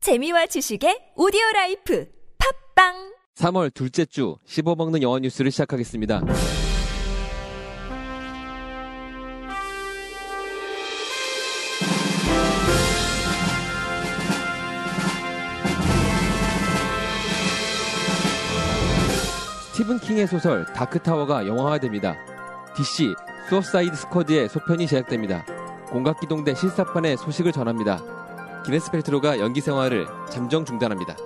재미와 지식의 오디오 라이프 팝빵 3월 둘째 주 씹어먹는 영화 뉴스를 시작하겠습니다. 스티븐 킹의 소설 다크타워가 영화화됩니다. DC 수어사이드 스쿼드의 소편이 제작됩니다. 공각기동대 실사판의 소식을 전합니다. 기네스 펠트로가 연기 생활을 잠정 중단합니다.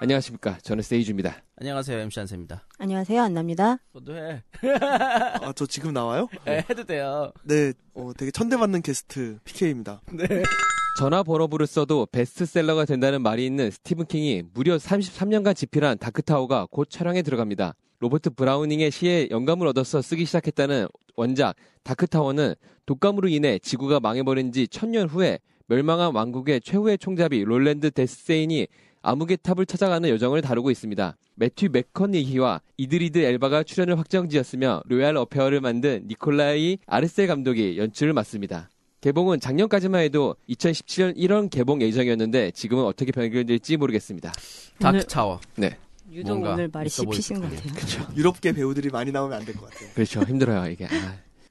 안녕하십니까. 저는 세이주입니다. 안녕하세요 MC 한세입니다. 안녕하세요, 안나입니다. 저도 해. 아, 저 지금 나와요? 네, 해도 돼요. 네, 어, 되게 천대받는 게스트 PK입니다. 전화번호부를 써도 베스트셀러가 된다는 말이 있는 스티븐 킹이 무려 33년간 집필한 다크타워가 곧 촬영에 들어갑니다. 로버트 브라우닝의 시에 영감을 얻어서 쓰기 시작했다는 원작 다크타워는 독감으로 인해 지구가 망해버린 지 천년 후에 멸망한 왕국의 최후의 총잡이 롤랜드 데스세인이 암흑의 탑을 찾아가는 여정을 다루고 있습니다. 매튜 맥커니히와 이드리드 엘바가 출연을 확정지었으며 로얄 어페어를 만든 니콜라이 아르셀 감독이 연출을 맡습니다. 개봉은 작년까지만 해도 2017년 1월 개봉 예정이었는데 지금은 어떻게 변경될지 모르겠습니다. 오늘- 다크타워. 유독 뭔가 오늘 말이 있어 보일 씹히신 것 것 같아요. 같아요. 유럽계 배우들이 많이 나오면 안 될 것 같아요. 그렇죠. 힘들어요, 이게. 아.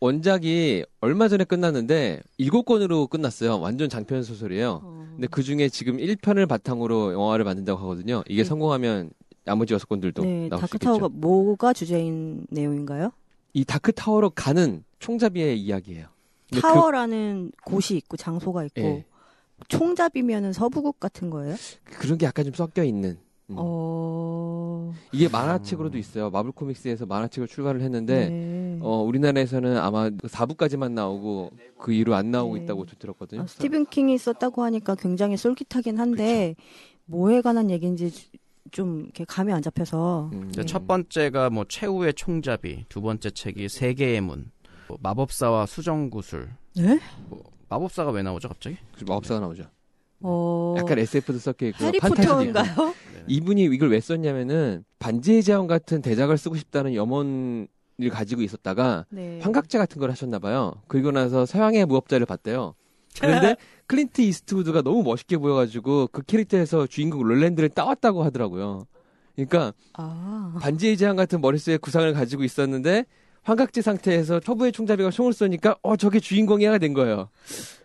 원작이 얼마 전에 끝났는데 7권으로 끝났어요. 완전 장편 소설이에요. 어, 근데 그 중에 지금 1편을 바탕으로 영화를 만든다고 하거든요. 이게 네. 성공하면 나머지 6권들도 네, 나올 수 다크타워가 있겠죠. 뭐가 주제인 내용인가요? 이 다크타워로 가는 총잡이의 이야기예요. 근데 그- 타워라는 어. 곳이 있고 장소가 있고 예. 총잡이면은 서부국 같은 거예요? 그런 게 약간 좀 섞여 있는. 음. 어, 이게 만화책으로도 있어요. 마블 코믹스에서 만화책을 출간을 했는데 네. 어, 우리나라에서는 아마 4부까지만 나오고 그 이후로 안 나오고 네. 있다고 저 들었거든요. 아, 스티븐 킹이 썼다고 하니까 굉장히 솔깃하긴 한데 뭐에 관한 얘기인지 주- 좀 이렇게 감이 안 잡혀서 음, 이제 네. 첫 번째가 뭐 최후의 총잡이, 두 번째 책이 세계의 문, 뭐 마법사와 수정구슬. 네? 뭐 마법사가 왜 나오죠 갑자기? 그 마법사가 나오죠. 어, 약간 음. SF도 섞여 있고 판타지도 있고. 해리포터인가요? 이분이 이걸 왜 썼냐면은 반지의 제왕 같은 대작을 쓰고 싶다는 염원을 가지고 있었다가 네. 환각제 같은 걸 하셨나 봐요. 그리고 나서 서양의 무협자를 봤대요. 그런데 클린트 이스트우드가 너무 멋있게 보여가지고 그 캐릭터에서 주인공 롤랜드를 따왔다고 하더라고요. 그러니까 아, 반지의 제왕 같은 머릿속에 구상을 가지고 있었는데 환각제 상태에서 터부의 총잡이가 총을 쏘니까 어 저게 주인공이야가 된 거예요.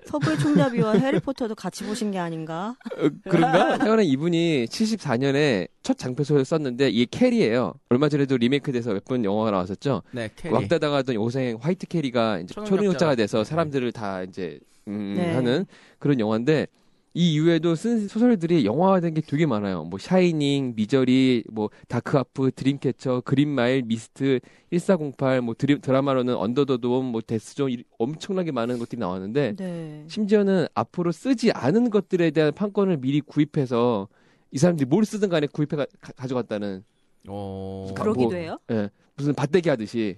서부의 총잡이와 해리포터도 같이 보신 게 아닌가? 어, 그런가? 태어난 이분이 74년에 첫 장편소설 썼는데 이게 캐리예요. 얼마 전에도 리메이크돼서 몇 번 영화가 나왔었죠. 네, 캐리. 왁다당 하던 요생 화이트 캐리가 이제 초능력자가 초능력자가 돼서 됐죠. 사람들을 다 이제 음, 네. 하는 그런 영화인데 이 이후에도 쓴 소설들이 영화화된 게 되게 많아요. 뭐 샤이닝, 미저리, 뭐 다크하프, 드림캐쳐, 그린마일, 미스트, 1408, 뭐 드림, 드라마로는 언더더돔, 뭐 데스존 이- 엄청나게 많은 것들이 나왔는데 네. 심지어는 앞으로 쓰지 않은 것들에 대한 판권을 미리 구입해서 이 사람들이 뭘 쓰든 간에 구입해 가, 가- 가져갔다는 어. 그러- 그러기도 뭐- 해요? 예, 무슨 밭대기 하듯이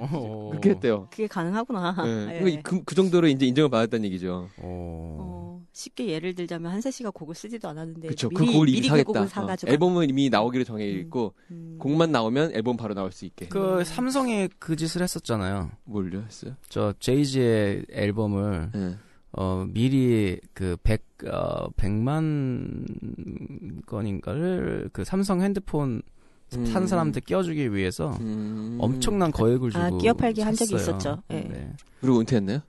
어. 그렇게 했대요. 그게 가능하구나. 예, 예. 그러니까 그, 그 정도로 이제 인정을 받았다는 얘기죠. 어. 어, 쉽게 예를 들자면 한세 씨가 곡을 쓰지도 않았는데 그렇죠. 그 네, 미리 곡을 이미 미리 그 사겠다. 곡을 사가지고 어, 앨범은 이미 나오기로 정해 음. 있고 음. 곡만 나오면 앨범 바로 나올 수 있게. 그 삼성이 그 짓을 했었잖아요. 뭘요 했어요? 저 제이지의 앨범을 예. 어 미리 그100 어, 100만 건인가를 그 삼성 핸드폰 산 사람한테 끼워주기 위해서 음. 엄청난 거액을 주고 아, 끼어 팔기 한 적이 샀어요. 있었죠. 예. 네. 그리고 은퇴했나요?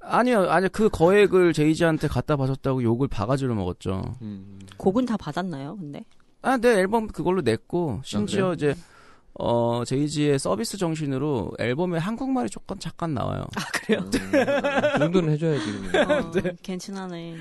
아니요, 아니요 그 거액을 제이지한테 갖다 바쳤다고 욕을 바가지로 먹었죠. 음. 곡은 다 받았나요? 근데 아, 내 앨범 그걸로 냈고 심지어 이제 어 제이지의 서비스 정신으로 앨범에 한국말이 조금 잠깐 나와요. 그래요? 음. 그 정도는 해줘야지. 그러면. 어, 괜찮네.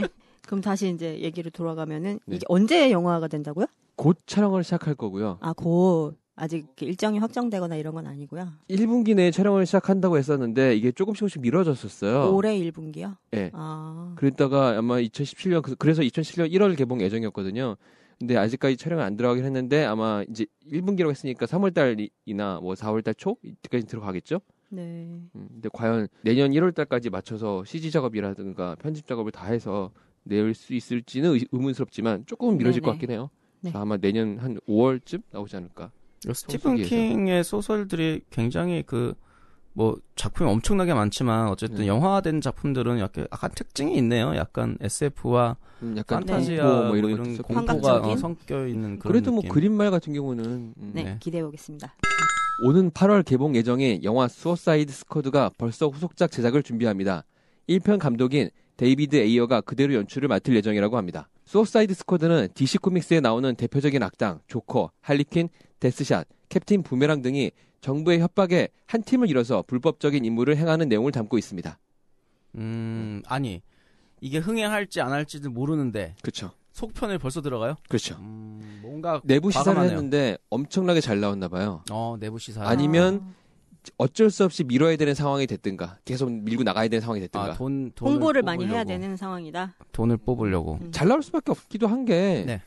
그럼 다시 이제 얘기를 돌아가면은 네. 이게 언제 영화가 된다고요? 곧 촬영을 시작할 거고요. 아, 곧 아직 이렇게 일정이 확정되거나 이런 건 아니고요. 1분기 내에 촬영을 시작한다고 했었는데 이게 조금씩 조금씩 미뤄졌었어요. 올해 1분기요? 예. 아. 그랬다가 아마 2017년 그래서 2017년 1월 개봉 예정이었거든요. 근데 아직까지 촬영은 안 들어가긴 했는데 아마 이제 1분기라고 했으니까 3월 달이나 뭐 4월 달 초 이때까지 들어가겠죠. 네. 음, 근데 과연 내년 1월 달까지 맞춰서 CG 작업이라든가 편집 작업을 다 해서 낼 수 있을지는 의- 의문스럽지만 조금은 미뤄질 네네. 것 같긴 해요. 네. 그래서 아마 내년 한 5월쯤 나오지 않을까. 스티븐 소설기에서. 킹의 소설들이 굉장히 그 뭐 작품이 엄청나게 많지만 어쨌든 네. 영화화된 작품들은 약간, 약간 특징이 있네요. 약간 SF와 음, 약간 판타지아 공포 뭐 뭐 이런, 이런 것도 있었고. 공포가 환각적인? 어, 성격 있는 그런 그래도 뭐 느낌. 그린말 같은 경우는 음, 네, 네. 기대해 보겠습니다. 오는 8월 개봉 예정의 영화 수어사이드 스쿼드가 벌써 후속작 제작을 준비합니다. 1편 감독인 데이비드 에이어가 그대로 연출을 맡을 예정이라고 합니다. 수어사이드 스쿼드는 DC 코믹스에 나오는 대표적인 악당 조커, 할리퀸, 데스샷, 캡틴 부메랑 등이 정부의 협박에 한 팀을 이뤄서 불법적인 임무를 행하는 내용을 담고 있습니다. 음, 아니. 이게 흥행할지 안 할지도 모르는데 그렇죠. 속편에 벌써 들어가요? 그렇죠. 음, 뭔가 내부 시사를 과감하네요. 했는데 엄청나게 잘 나왔나 봐요. 어, 내부 시사. 아니면 어쩔 수 없이 밀어야 되는 상황이 됐든가 계속 밀고 나가야 되는 상황이 됐든가 아, 돈, 돈을 홍보를 많이 해야 뽑으려고. 되는 상황이다. 돈을 뽑으려고. 음. 잘 나올 수밖에 없기도 한 게 네.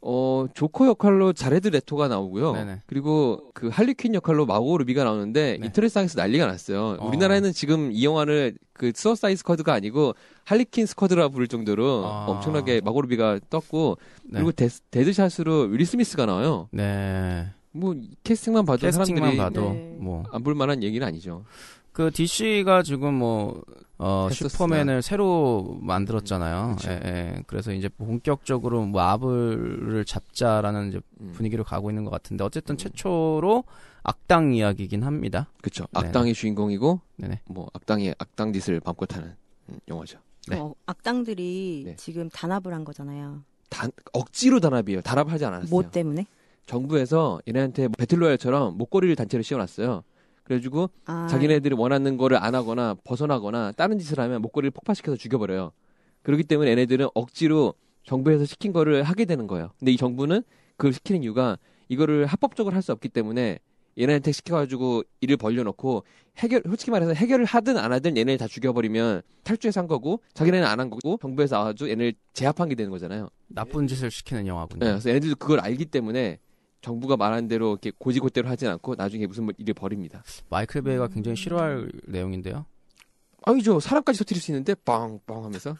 어, 조커 역할로 자레드 레토가 나오고요. 네네. 그리고 그 할리퀸 역할로 마고 루비가 나오는데 네. 인터넷상에서 난리가 났어요. 어. 우리나라에는 지금 이 영화를 그 수어사이 스쿼드가 아니고 할리퀸 스쿼드라 부를 정도로 아. 엄청나게 마고 루비가 떴고 네. 그리고 데스- 데드샷으로 윌 스미스가 나와요. 네. 뭐이 캐스팅만 봐도 캐스팅만 사람들이 봐도 네. 뭐 안 볼 만한 얘기는 아니죠. 그 DC가 지금 뭐, 어, 했었으나. 슈퍼맨을 새로 만들었잖아요. 음, 그쵸. 예, 예. 그래서 이제 본격적으로 뭐 아블을 잡자라는 이제 음. 분위기로 가고 있는 것 같은데, 어쨌든 최초로 악당 이야기이긴 합니다. 그렇죠. 네네. 악당의 주인공이고 네네. 뭐 악당의 악당 짓을 맘껏 하는 음, 영화죠. 네. 어, 악당들이 네. 지금 단합을 한 거잖아요. 단 억지로 단합이에요. 단합하지 않았어요. 뭐 때문에? 정부에서 얘네한테 배틀로얄처럼 목걸이를 단체로 씌워놨어요. 그래가지고 아, 자기네들이 원하는 거를 안 하거나 벗어나거나 다른 짓을 하면 목걸이를 폭파시켜서 죽여버려요. 그렇기 때문에 얘네들은 억지로 정부에서 시킨 거를 하게 되는 거예요. 근데 이 정부는 그걸 시키는 이유가 이거를 합법적으로 할 수 없기 때문에 얘네한테 시켜가지고 일을 벌려놓고 해결 솔직히 말해서 해결을 하든 안 하든 얘네를 다 죽여버리면 탈주해서 한 거고 자기네는 안 한 거고 정부에서 아주 얘네를 제압한 게 되는 거잖아요. 나쁜 짓을 시키는 영화군요. 네, 그래서 얘네들도 그걸 알기 때문에 정부가 말한 대로 이렇게 고지고대로 하진 않고 나중에 무슨 뭐 일을 벌입니다. 마이클 베이가 굉장히 싫어할 내용인데요. 아니죠. 사람까지 터뜨릴 수 있는데 빵빵 하면서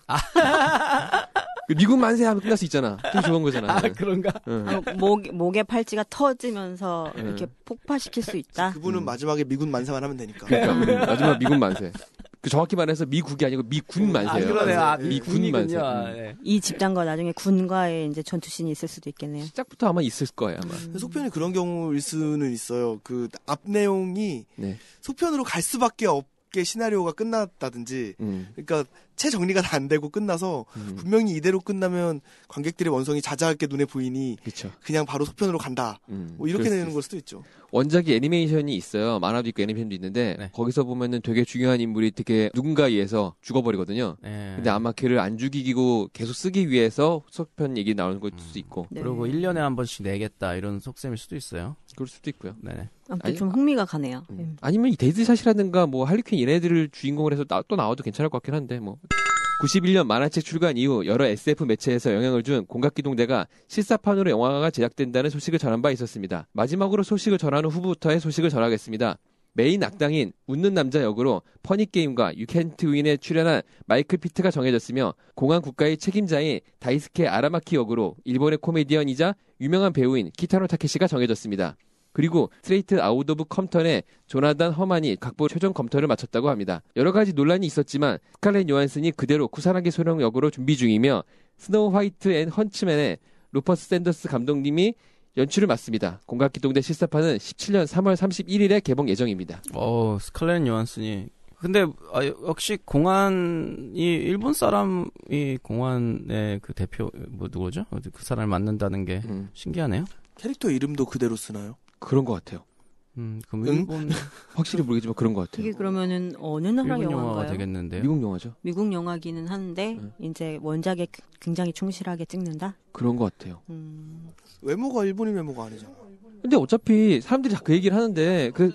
그 미군 만세 하면 끝날 수 있잖아. 되게 좋은 거잖아. 네. 그런가? 응. 아, 목, 목에 팔찌가 터지면서 예. 네. 이렇게 폭파시킬 수 있다. 그분은 음. 마지막에 미군 만세만 하면 되니까. 그러니까 음, 마지막 미군 만세. 그 정확히 말해서 미국이 아니고 미군 만세예요. 아, 그러네요. 아, 만세. 미군 만세. 미군이군요. 아, 음. 예. 이 집단과 나중에 군과의 이제 전투신이 있을 수도 있겠네요. 시작부터 아마 있을 거예요. 아마. 속편이 그런 경우일 수는 있어요. 그 앞 내용이 네. 속편으로 갈 수밖에 없게 시나리오가 끝났다든지, 음, 그러니까 채 정리가 다 안 되고 끝나서 음. 분명히 이대로 끝나면 관객들의 원성이 자자하게 눈에 보이니 그렇죠. 그냥 바로 속편으로 간다. 음, 뭐 이렇게 그럴 수 되는 걸 수도 있죠. 원작이 애니메이션이 있어요. 만화도 있고 애니메이션도 있는데 네. 거기서 보면은 되게 중요한 인물이 되게 누군가에 의해서 죽어버리거든요. 예. 근데 아마 걔를 안 죽이고 계속 쓰기 위해서 속편 얘기 나오는 걸 수도 있고 네. 그리고 1년에 한 번씩 내겠다 이런 속셈일 수도 있어요. 그럴 수도 있고요. 네. 아무튼 아니, 좀 흥미가 가네요. 음. 아니면 이 데이드샷이라든가 뭐 할리퀸 얘네들을 주인공으로 해서 나- 또 나와도 괜찮을 것 같긴 한데 뭐. 91년 만화책 출간 이후 여러 SF 매체에서 영향을 준 공각기동대가 실사판으로 영화가 제작된다는 소식을 전한 바 있었습니다. 마지막으로 소식을 전하는 후부터의 소식을 전하겠습니다. 메인 악당인 웃는 남자 역으로 퍼니게임과 유캔트윈에 출연한 마이클 피트가 정해졌으며 공항 국가의 책임자인 다이스케 아라마키 역으로 일본의 코미디언이자 유명한 배우인 키타노 타케시가 정해졌습니다. 그리고 스트레이트 아웃 오브 컴턴의 조나단 허만이 각본 최종 검토를 마쳤다고 합니다. 여러 가지 논란이 있었지만 스칼렛 요한슨이 그대로 구사나기 소령 역으로 준비 중이며 스노우 화이트 앤 헌츠맨의 루퍼스 샌더스 감독님이 연출을 맡습니다. 공각기동대 실사판은 17년 3월 31일에 개봉 예정입니다. 어 스칼렛 요한슨이 근데 아, 역시 공안이 일본 사람이 공안의 그 대표 뭐 누구죠? 어디 그 사람을 만난다는 게 음, 신기하네요. 캐릭터 이름도 그대로 쓰나요? 그런 것 같아요. 음 그럼 응? 일본 확실히 모르겠지만 그런 것 같아요. 이게 그러면은 어느 나라 일본 영화가 영화인가요? 되겠는데요. 음. 미국 영화죠. 미국 영화기는 한데 네. 이제 원작에 그 굉장히 충실하게 찍는다. 그런 것 같아요. 음. 외모가 일본인 외모가 아니잖아. 근데 어차피 사람들이 다 그 얘기를 하는데 그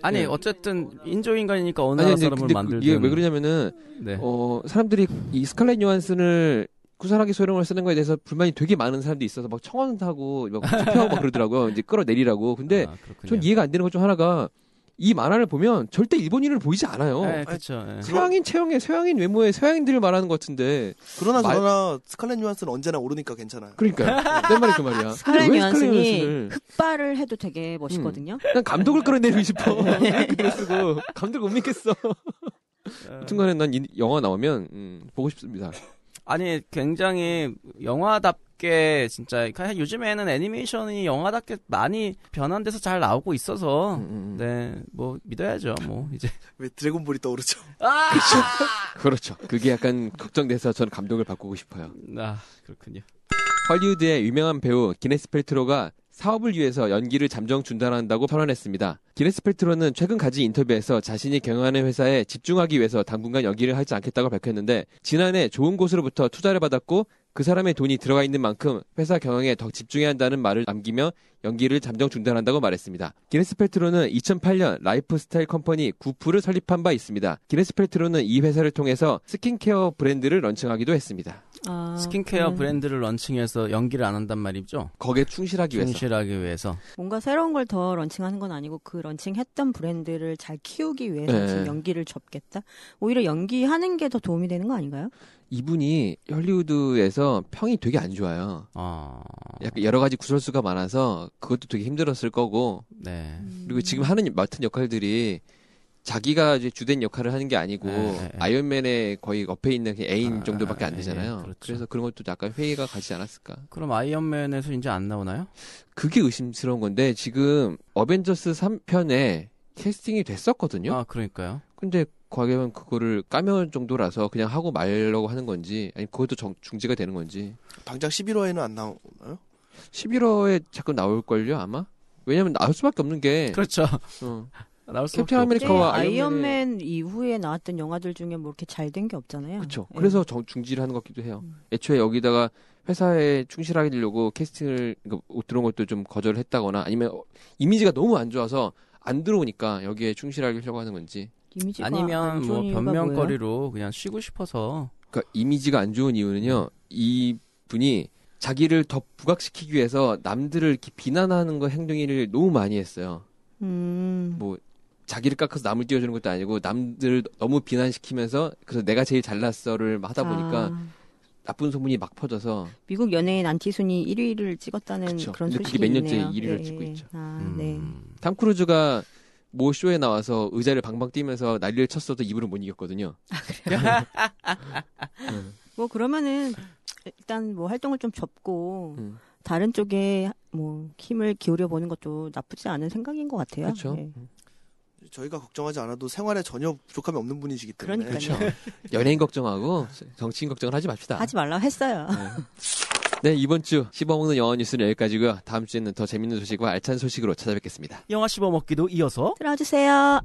아니 네. 어쨌든 인조 인간이니까 어느 나라 사람을 근데 그- 만들든 이게 왜 그러냐면은 네. 어, 사람들이 이 스칼렛 요한슨을 구산하기 소령을 쓰는 거에 대해서 불만이 되게 많은 사람들이 있어서 막 청원하고 막 투표하고 막 그러더라고요. 이제 끌어내리라고. 근데 아, 그렇군요. 전 이해가 안 되는 것 중 하나가 이 만화를 보면 절대 일본인을 보이지 않아요. 네, 그렇죠. 예. 서양인 체형에 서양인 외모에 서양인들을 말하는 것 같은데 그러나 말- 저러나 스칼렛 뉴한스는 언제나 오르니까 괜찮아요. 그러니까 내 말이 그 말이야. 스칼렛 근데 왜 스칼렛 요한슨이 요한슨을- 흑발을 해도 되게 멋있거든요. 난 감독을 끌어내리고 싶어. 네. 그래 쓰고 감독 못 믿겠어. 중간에 난이 영화 나오면 음, 보고 싶습니다. 아니 굉장히 영화답게 진짜 그냥 요즘에는 애니메이션이 영화답게 많이 변환돼서 잘 나오고 있어서 음, 음. 네 뭐 믿어야죠 뭐 이제 왜 드래곤볼이 떠오르죠? 아. 그렇죠. 그게 약간 걱정돼서 저는 감독을 바꾸고 싶어요. 아 그렇군요 헐리우드의 유명한 배우 기네스 펠트로가 사업을 위해서 연기를 잠정 중단한다고 선언했습니다. 기네스 펠트로는 최근 가진 인터뷰에서 자신이 경영하는 회사에 집중하기 위해서 당분간 연기를 하지 않겠다고 밝혔는데 지난해 좋은 곳으로부터 투자를 받았고 그 사람의 돈이 들어가 있는 만큼 회사 경영에 더 집중해야 한다는 말을 남기며 연기를 잠정 중단한다고 말했습니다. 기네스 펠트로는 2008년 라이프스타일 컴퍼니 구프를 설립한 바 있습니다. 기네스 펠트로는 이 회사를 통해서 스킨케어 브랜드를 런칭하기도 했습니다. 아, 음. 스킨케어 음. 그러면 브랜드를 런칭해서 연기를 안 한단 말이죠 거기에 충실하기 위해서. 충실하기 위해서 뭔가 새로운 걸 더 런칭하는 건 아니고 그 런칭했던 브랜드를 잘 키우기 위해서 네. 지금 연기를 접겠다. 오히려 연기하는 게 더 도움이 되는 거 아닌가요? 이분이 헐리우드에서 평이 되게 안 좋아요. 어, 약간 여러 가지 구설수가 많아서 그것도 되게 힘들었을 거고 네 그리고 지금 하는 맡은 역할들이 자기가 이제 주된 역할을 하는 게 아니고 네, 네, 네. 아이언맨에 거의 옆에 있는 그냥 애인 아, 정도밖에 안 예, 되잖아요. 예, 그렇죠. 그래서 그런 것도 약간 회의가 가지 않았을까. 그럼 아이언맨에서 이제 안 나오나요? 그게 의심스러운 건데 지금 어벤져스 3편에 캐스팅이 됐었거든요. 아 그러니까요 근데 과연 그거를 까면 정도라서 그냥 하고 말려고 하는 건지 아니 그것도 정- 중지가 되는 건지 당장 11월에는 안 나오나요? 11월에 자꾸 나올걸요 아마? 왜냐면 나올 수밖에 없는 게 그렇죠 어, 나올 수 캡틴 이제 그 아메리카와 아이언맨 네. 아이언맨 이후에 나왔던 영화들 중에 뭐 이렇게 잘 된 게 없잖아요. 그렇죠. 예. 그래서 정- 중지를 하는 것 같기도 해요. 애초에 여기다가 회사에 충실하게 되려고 캐스팅을 그러니까 못 들어온 것도 좀 거절을 했다거나 아니면 어, 이미지가 너무 안 좋아서 안 들어오니까 여기에 충실하게 하려고 하는 건지 이미지가 네. 안 아니면 뭐 좋은 이유가 뭐예요? 변명거리로 그냥 쉬고 싶어서 그러니까 이미지가 안 좋은 이유는요. 이 분이 자기를 더 부각시키기 위해서 남들을 이렇게 비난하는 거 행동을 너무 많이 했어요. 음. 뭐 자기를 깎아서 남을 띄워주는 것도 아니고 남들을 너무 비난시키면서 그래서 내가 제일 잘났어를 막 하다 보니까 아, 나쁜 소문이 막 퍼져서 미국 연예인 안티 순위 1위를 찍었다는 그쵸. 그런 근데 소식이 그게 몇 년째 있네요. 1위를 예, 찍고 예. 있죠. 아, 음, 네. 탐 크루즈가 모 쇼에 나와서 의자를 방방 뛰면서 난리를 쳤어도 이분은 못 이겼거든요. 뭐 그러면은 일단 뭐 활동을 좀 접고 음. 다른 쪽에 뭐 힘을 기울여 보는 것도 나쁘지 않은 생각인 것 같아요. 그렇죠. 예. 저희가 걱정하지 않아도 생활에 전혀 부족함이 없는 분이시기 때문에 그러니까요. 연예인 걱정하고 정치인 걱정을 하지 맙시다. 네. 하지 말라 했어요. 네 이번 주 씹어먹는 영화 뉴스는 여기까지고요. 다음 주에는 더 재밌는 소식과 알찬 소식으로 찾아뵙겠습니다. 영화 씹어먹기도 이어서 들어주세요.